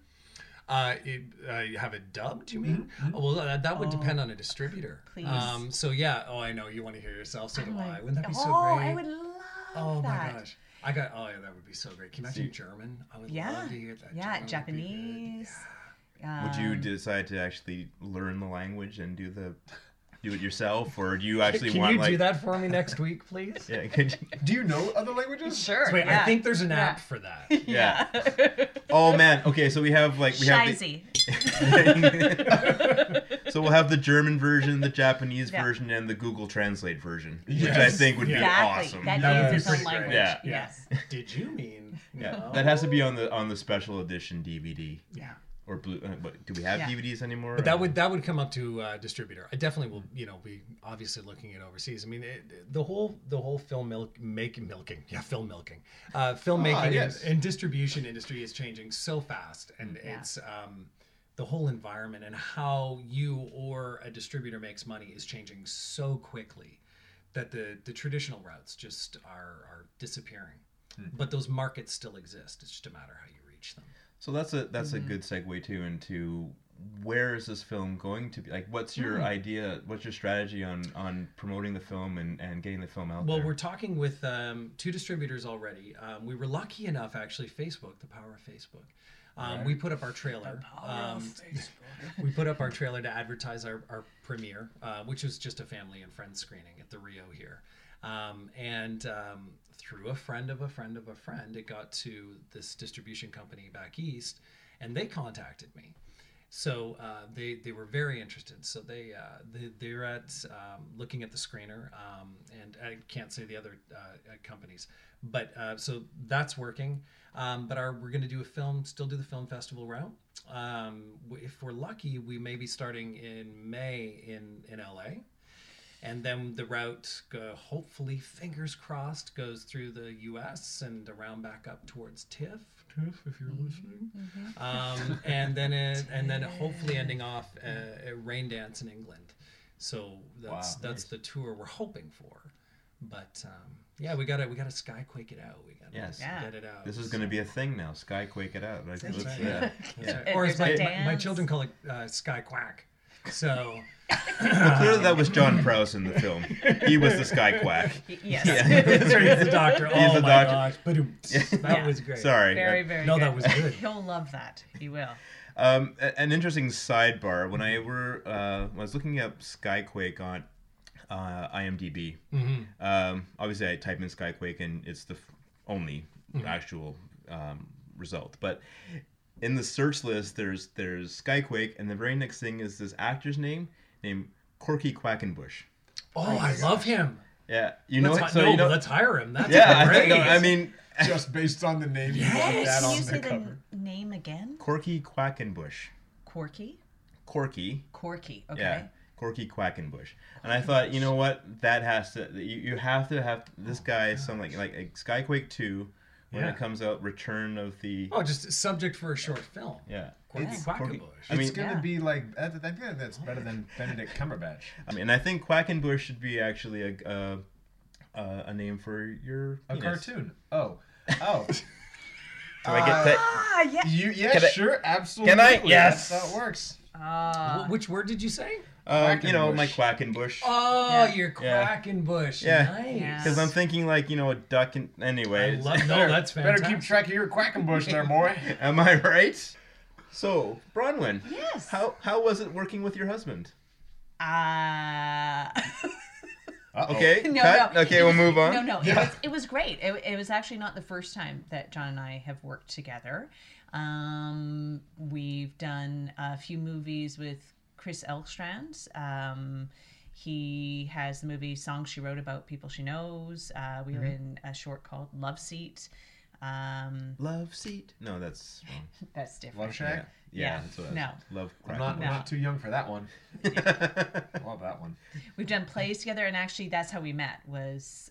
Uh, it, uh, have it dubbed, you mean? Oh, well, that, that would depend on a distributor.
Mm-hmm. Please.
Um, so yeah. Oh, I know you want to hear yourself. So do
I'm
I.
like,
Wouldn't that be so
oh,
great?
I would love
oh
that.
my gosh. I got. Oh yeah, that would be so great. Can you imagine German? I would
Yeah.
love to hear that.
Yeah,
German would be good.
Japanese.
Would you
um,
decide to actually learn the language and do the do it yourself, or do you actually
Can
want
you
like
do that for me next week, please?
Yeah, could you-
Do you know other languages?
Sure.
Wait,
yeah.
I think there's an
Yeah.
app for that.
yeah. Oh man. Okay, so we have like we have the,
Shizy.
so we'll have the German version, the Japanese
Yeah.
version, and the Google Translate version, which I
Yes.
think would be
Exactly.
awesome.
That
That would be
needs its
pretty
own language.
great.
Yeah.
Yeah.
Yes.
Did you mean?
yeah,
no?
that has to be on the on the special edition DVD
Yeah.
or blue. Uh, what, do we have
Yeah.
DVDs anymore?
But that would that would come up to uh, distributor. I definitely will. You know, be obviously looking at overseas. I mean, it, the whole the whole film milk make milking. Yeah, film milking. Uh, filmmaking
Ah,
and-
yes.
and, distribution industry is changing so fast, and it's um, the whole environment and how you or a distributor makes money is changing so quickly that the the traditional routes just are are disappearing.
Hmm.
But those markets still exist. It's just a matter how you reach them.
So that's a that's
Mm-hmm.
a good segue too into where is this film going to be? Like, what's
Mm.
your idea? What's your strategy on on promoting the film and and getting the film out
Well,
there?
we're talking with um, two distributors already. Um, we were lucky enough, actually, Facebook, the power of Facebook. Um, We put up our trailer. um, we put up our trailer to advertise our, our premiere, uh, which was just a family and friends screening at the Rio here. Um, and um, through a friend of a friend of a friend, it got to this distribution company back east, and they contacted me. So uh, they they were very interested. So they uh, they they're at um, looking at the screener, um, and I can't say the other uh, uh, companies, but uh, so that's working. Um, but our, we're going to do a film, still do the film festival route. Um, w- if we're lucky, we may be starting in May in in LA, and then the route, go, hopefully, fingers crossed, goes through the U.S. and around back up towards TIFF. TIFF, if you're
Mm-hmm.
listening um, and then it, and then hopefully ending off uh, at Rain Dance in England. So that's
Wow,
that's the tour we're hoping for. But um, yeah, we gotta we gotta skyquake it out. We gotta
Yes.
Yeah.
get it out.
this is going to be a thing now. Skyquake it out. Like,
That's
let's,
right.
yeah.
That's right.
Yeah.
Or as my,
There's a
my, my
dance.
children call it uh, sky quack. So
Clearly, that was John Prowse in the film. He was the sky quack.
Y- Yes.
that's right, he's the doctor.
He's
oh
the
my
doctor.
gosh, but that
Yeah.
was great.
Sorry.
Very, very.
No,
good.
that was good.
He'll love that. He will.
Um, a- an interesting sidebar. When I were uh, when I was looking up Skyquake on uh, IMDb,
Mm-hmm.
um, obviously I type in Skyquake and it's the f- only
Mm-hmm.
actual um, result. But in the search list, there's there's Skyquake, and the very next thing is this actor's name named Corky Quackenbush.
Oh, I love him.
Yeah, you know
Let's,
it.
hi-
So
no,
you know,
let's hire him. That's
yeah. I,
great.
think- no, I mean,
Just based on the name, you want
Yes.
that
Can
on
you
the
say the
cover.
n- name again?
Corky Quackenbush,
Corky?
Corky.
Corky. Okay.
Yeah. Corky Quackenbush. And I thought, you know what? That has to you, you have to have this guy some like like a Skyquake 2 when
Yeah.
it comes out Return of the
Oh, just subject for a short film.
Yeah.
Quack
It's-
Quackenbush.
I mean
it's gonna
Yeah.
be like I th- I think that's better than Benedict Cumberbatch.
I mean I think Quackenbush should be actually a uh, uh, a name for your
A
penis.
cartoon. Oh, oh, Uh,
Do I get that?
Ah, yeah.
you yeah,
Can I-
sure, absolutely.
Yes.
that's how it works.
Ah.
Wh- Which word did you say?
Um, you know, my
Quackenbush.
Quackenbush.
Oh,
Yeah.
you're
Yeah.
Quackenbush.
Yeah.
Nice.
Yeah.
Because I'm thinking like you know a duck and
I
anyway.
love, no,
Better-
that's
better
fantastic.
keep track of your Quackenbush there, boy.
Am I right? So Bronwyn,
Yes.
how how was it working with your husband?
Ah.
Oh.
Okay,
Uh, No,
cut.
no.
Okay,
It
we'll
was-
move on.
No, no. It
Yeah.
was it was great. It, it was actually not the first time that John and I have worked together. Um, we've done a few movies with Chris Elstrand. Um, he has the movie "Songs She Wrote About People She Knows." Uh, we
Mm-hmm.
were in a short called "Love Seat." Um,
Love seat. No, that's wrong.
that's different.
Love
Yeah,
Shack?
yeah,
Yeah,
that's what I was-
no.
Love.
I'm not,
No.
I'm not too young for that one. I love that one.
We've done plays together, and actually, that's how we met. Was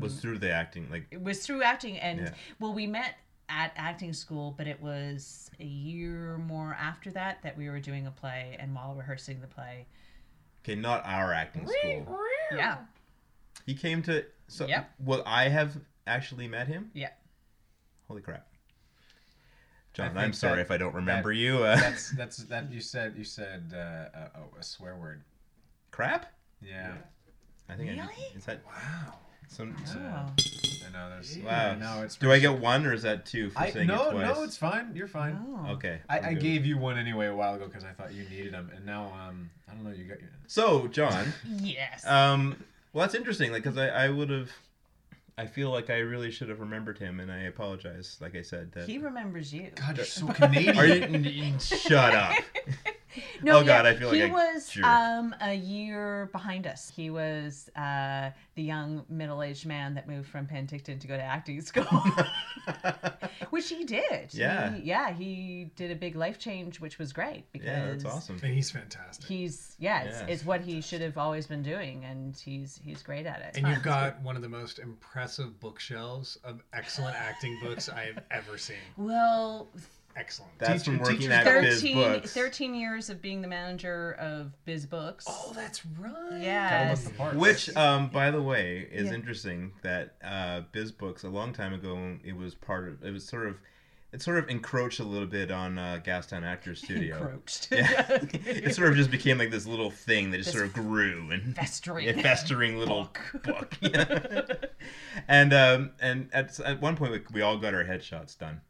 was through the acting, like
it was through acting and
Yeah.
well we met at acting school but it was a year more after that that we were doing a play and while rehearsing the play
okay, not our acting school.
Oh.
yeah
He came to. So,
Yep.
will I have actually met him?
yeah
Holy crap,
I
John!
think
I'm sorry
that-
if I don't remember
that-
you. Uh,
That's that's that you said you said uh, uh, oh, a swear word.
crap.
Yeah.
I think. I,
Really?
is that
Wow.
some?
oh.
I know there's
Wow.
No, it's
Do I get one or is that two for
I,
saying
no,
it twice?
no, it's fine. You're fine.
Oh.
Okay.
I,
I'm
I
good.
gave you one anyway a while ago because I thought you needed them, and now um I don't know you got your
So, John.
yes
Um, well, that's interesting. Like, cause I, I would have, I feel like I really should have remembered him, and I apologize. Like I said, that
he remembers you
God, you're so Canadian.
are you? n- n- shut up.
No,
Oh, God,
yeah,
I feel
he
like a
was
jerk.
um a year behind us. He was uh the young middle-aged man that moved from Penticton to go to acting school, which he did.
Yeah.
he, yeah, he did a big life change, which was great because
Yeah, that's awesome.
And he's fantastic.
he's yeah, it's,
Yeah.
it's what he should have always been doing, and he's he's great at it.
and you've got one of the most impressive bookshelves of excellent acting books I have ever seen.
well,
Excellent.
That's
Teacher-
from working
teacher's
at Biz
13,
Books.
13 years of being the manager of Biz Books.
oh, that's right.
Yeah.
Look the parts.
Which, um, by the way, is
Yeah.
interesting that uh, Biz Books a long time ago it was part of it was sort of it sort of encroached a little bit on uh, Gastown Actors Studio.
Encroached.
Yeah. it sort of just became like this little thing that just sort of grew and
Festering.
a festering little book. and um, and at, at one point we, we all got our headshots done,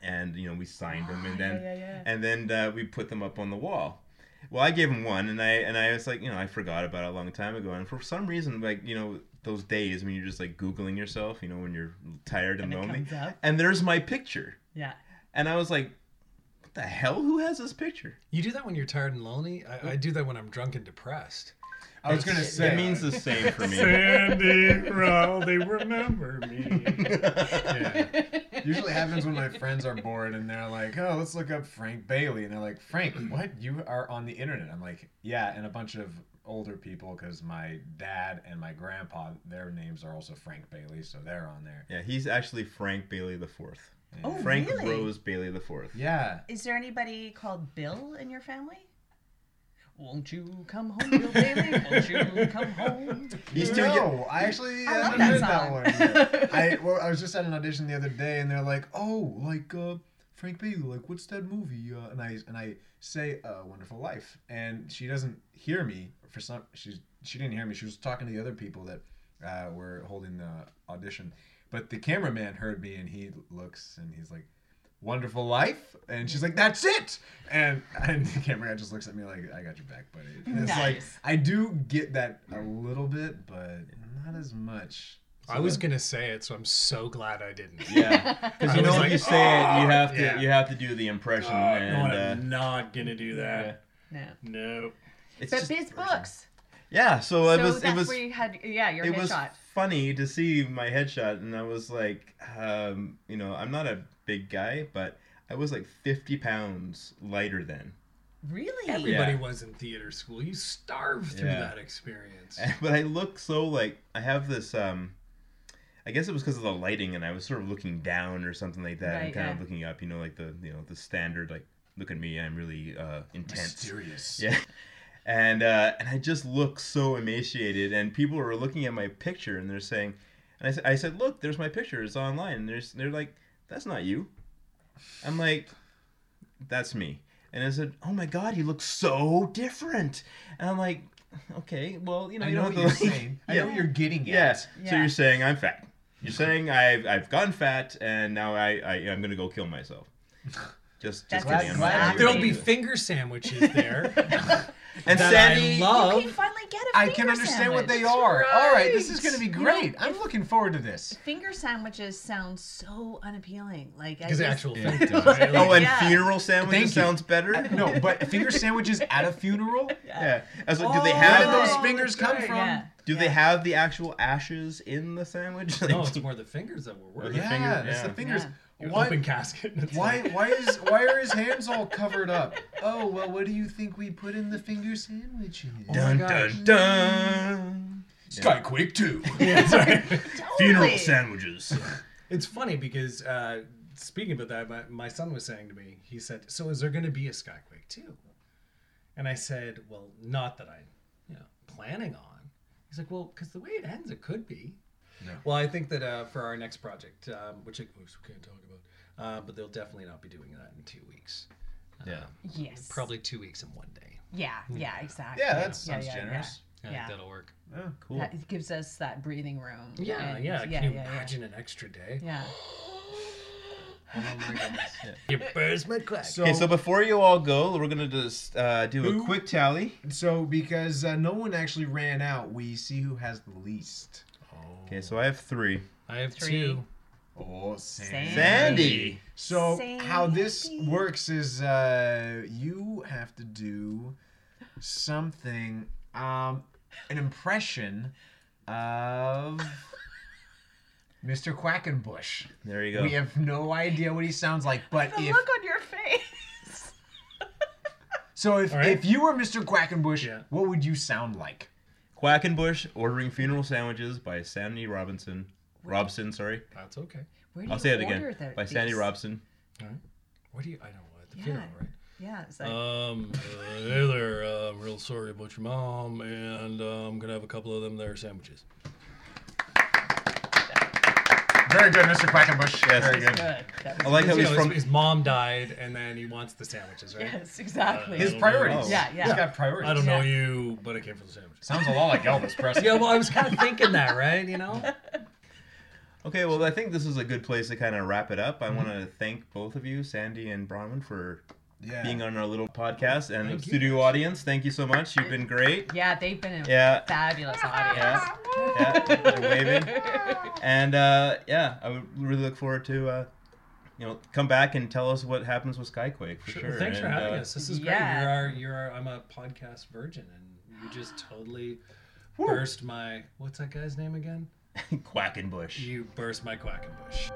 and you know we signed them, and
Ah, yeah,
then
yeah, yeah.
and then uh, we put them up on the wall. Well, I gave him one, and I and I was like, you know, I forgot about it a long time ago, and for some reason, like you know, those days when you're just like googling yourself, you know, when you're tired and,
And it
lonely,
comes up.
and there's my picture,
Yeah.
and I was like, what the hell? Who has this picture?
You do that when you're tired and loney. I, I do that when I'm drunk and depressed.
I was gonna say
it means the same for me.
Sandy Row, they remember me.
Yeah. Usually happens when my friends are bored and they're like, "Oh, let's look up Frank Bailey," and they're like, "Frank, what? You are on the internet?" I'm like, "Yeah," and a bunch of older people because my dad and my grandpa, their names are also Frank Bailey, so they're on there.
yeah, he's actually Frank Bailey the Fourth.
Oh,
Frank
really?
Rose Bailey the Fourth.
Yeah.
Is there anybody called Bill in your family? Won't you come home, Bill Bailey? Won't you come home?
He's too
no,
young.
I actually
I love
haven't heard
that song.
one. yet. I well, I was just at an audition the other day, and they're like, "Oh, like uh, Frank Bailey, like what's that movie?" Uh, and I and I say, uh, "Wonderful Life," and she doesn't hear me for some. She's she didn't hear me. She was talking to the other people that uh, were holding the audition, but the cameraman heard me, and he looks and he's like. Wonderful life, and she's like, "That's it," and and the camera guy just looks at me like, "I got your back, buddy." And it's like
Nice.
I do get that a little bit, but not as much.
I was gonna say it, so I'm so glad I didn't.
Yeah, because
I
you know
was
when
like,
you say it, you
"Oh,"
have to
yeah. Oh,
you have to do the impression, and uh,
not gonna do that.
No.
No.
it's
But
just-
Biz Books.
yeah. So it
so
was
that's
it was
where you had, yeah, your
it was
headshot.
funny to see my headshot, and I was like, um, you know, I'm not a big guy, but I was like 50 pounds lighter then.
Really?
Everybody
Yeah.
was in theater school. You starved through
Yeah.
that experience.
but I look so like I have this. um I guess it was because of the lighting, and I was sort of looking down or something like that, and
Right,
kind of
yeah.
looking up. You know, like the you know the standard like look at me, I'm really uh, intense.
Mysterious.
Yeah. And uh, and I just look so emaciated, and people were looking at my picture, and they're saying, and I, said, I said, look, there's my picture. It's online. And there's, they're like, that's not you. I'm like, that's me. And I said, oh my god, he looks so different. And I'm like, okay, well, you know,
I
you
know
don't have
what you're
to like-
saying. I know what you're getting at.
yeah. So
Yeah.
you're saying I'm fat. You're saying I've I've gone fat, and now I, I I'm gonna go kill myself. Just,
That's
just kidding. I'm not
exactly-
angry.
There'll be finger sandwiches there
and
that
Sandy.
I
You
love.
can finally get a
I
finger
can understand
sandwich.
what they are. All right, this is
Right.
going to be great. I'm looking forward to this.
Finger sandwiches sound so unappealing. Like I
because
just-
actual
Yeah,
food.
it does.
right? Like,
oh, and
Yeah.
funeral sandwich
Thank you.
sounds better.
No, but finger sandwiches at a funeral?
Yeah. I was like, do
Oh,
they
Where did
have
those
Oh,
fingers come
right.
from?
Yeah.
Do they have the actual ashes in the sandwich? Like,
no, it's more the fingers that were
the
worried.
Yeah,
finger-
that's the
yeah.
fingers.
Yeah.
Your
Why,
Open casket. That's
why,
like-
why is why are his hands all covered up? Oh well, what do you think we put in the finger sandwich? In it?
dun
my gosh.
dun dun.
Sky Quake Two.
Yeah, sorry.
Funeral
Totally.
sandwiches.
It's funny because uh, speaking about that, my, my son was saying to me, he said, "So is there going to be a skyquake too?" And I said, "Well, not that I'm, you know, planning on." He's like, "Well, because the way it ends, it could be."
No.
Well, I think that uh, for our next project, um, which I which we can't talk about, uh, but they'll definitely not be doing that in two weeks.
Yeah.
Yes.
Probably two weeks and one day.
Yeah. Yeah. Exactly.
Yeah, that sounds generous.
I
Yeah.
think that'll work.
Oh, cool.
That it gives us that breathing room.
Yeah,
and-
yeah. Can
Yeah.
you
yeah,
imagine an extra day?
yeah.
Oh my goodness.
You burst my crack.
So,
Okay, so before you all go, we're gonna just uh, do a
Who-
quick tally.
so because uh, no one actually ran out, we see who has the least.
Okay, so I have three.
I have
Three.
two.
Oh,
Sandy.
Sandy.
So how this
Sandy.
works is uh, you have to do something, um, an impression of Mr. Quackenbush.
There you go.
We have no idea what he sounds like, but
The
if
look on your face.
so, if,
All right.
if you were Mr. Quackenbush,
Yeah.
what would you sound like?
Quackenbush ordering funeral sandwiches by Sandy Robinson. Robson, sorry.
That's okay.
Where do
I'll
you
say it
order
again.
the-
By Sandy
these?
Robson.
What do you? I don't know. At the
Yeah.
funeral, right?
Yeah. It's like,
Um, uh, hey there. Uh, I'm real sorry about your mom, and uh, I'm gonna have a couple of them there sandwiches.
Very good, Mr. Quackenbush.
Yes.
Very
good.
good.
That
I
was
like how
You
he's
know,
from.
his, his mom died, and then he wants the sandwiches, right?
Yes. Exactly.
His priorities.
Oh.
Yeah, yeah.
He's got priorities.
I don't know
Yeah.
you, but I came for the sandwiches.
Sounds a lot like Elvis Presley.
Yeah, well, I was kind of thinking that, right? You know.
Okay, well, I think this is a good place to kind of wrap it up. I
Mm-hmm.
want to thank both of you, Sandy and Bronwyn, for
Yeah.
being on our little podcast and
Thank you.
studio audience. Thank you so much. You've been great.
yeah. They've been a
Yeah.
fabulous audience.
Yeah. Yeah. They're waving. And uh, yeah, I would really look forward to uh, you know come back and tell us what happens with Skyquake for sure.
Well, thanks for
And,
having
uh,
us. This is
yeah.
great. You're our, you're our, I'm a podcast virgin, and you just totally burst my. What's that guy's name again?
Quackenbush.
You burst my quackenbush.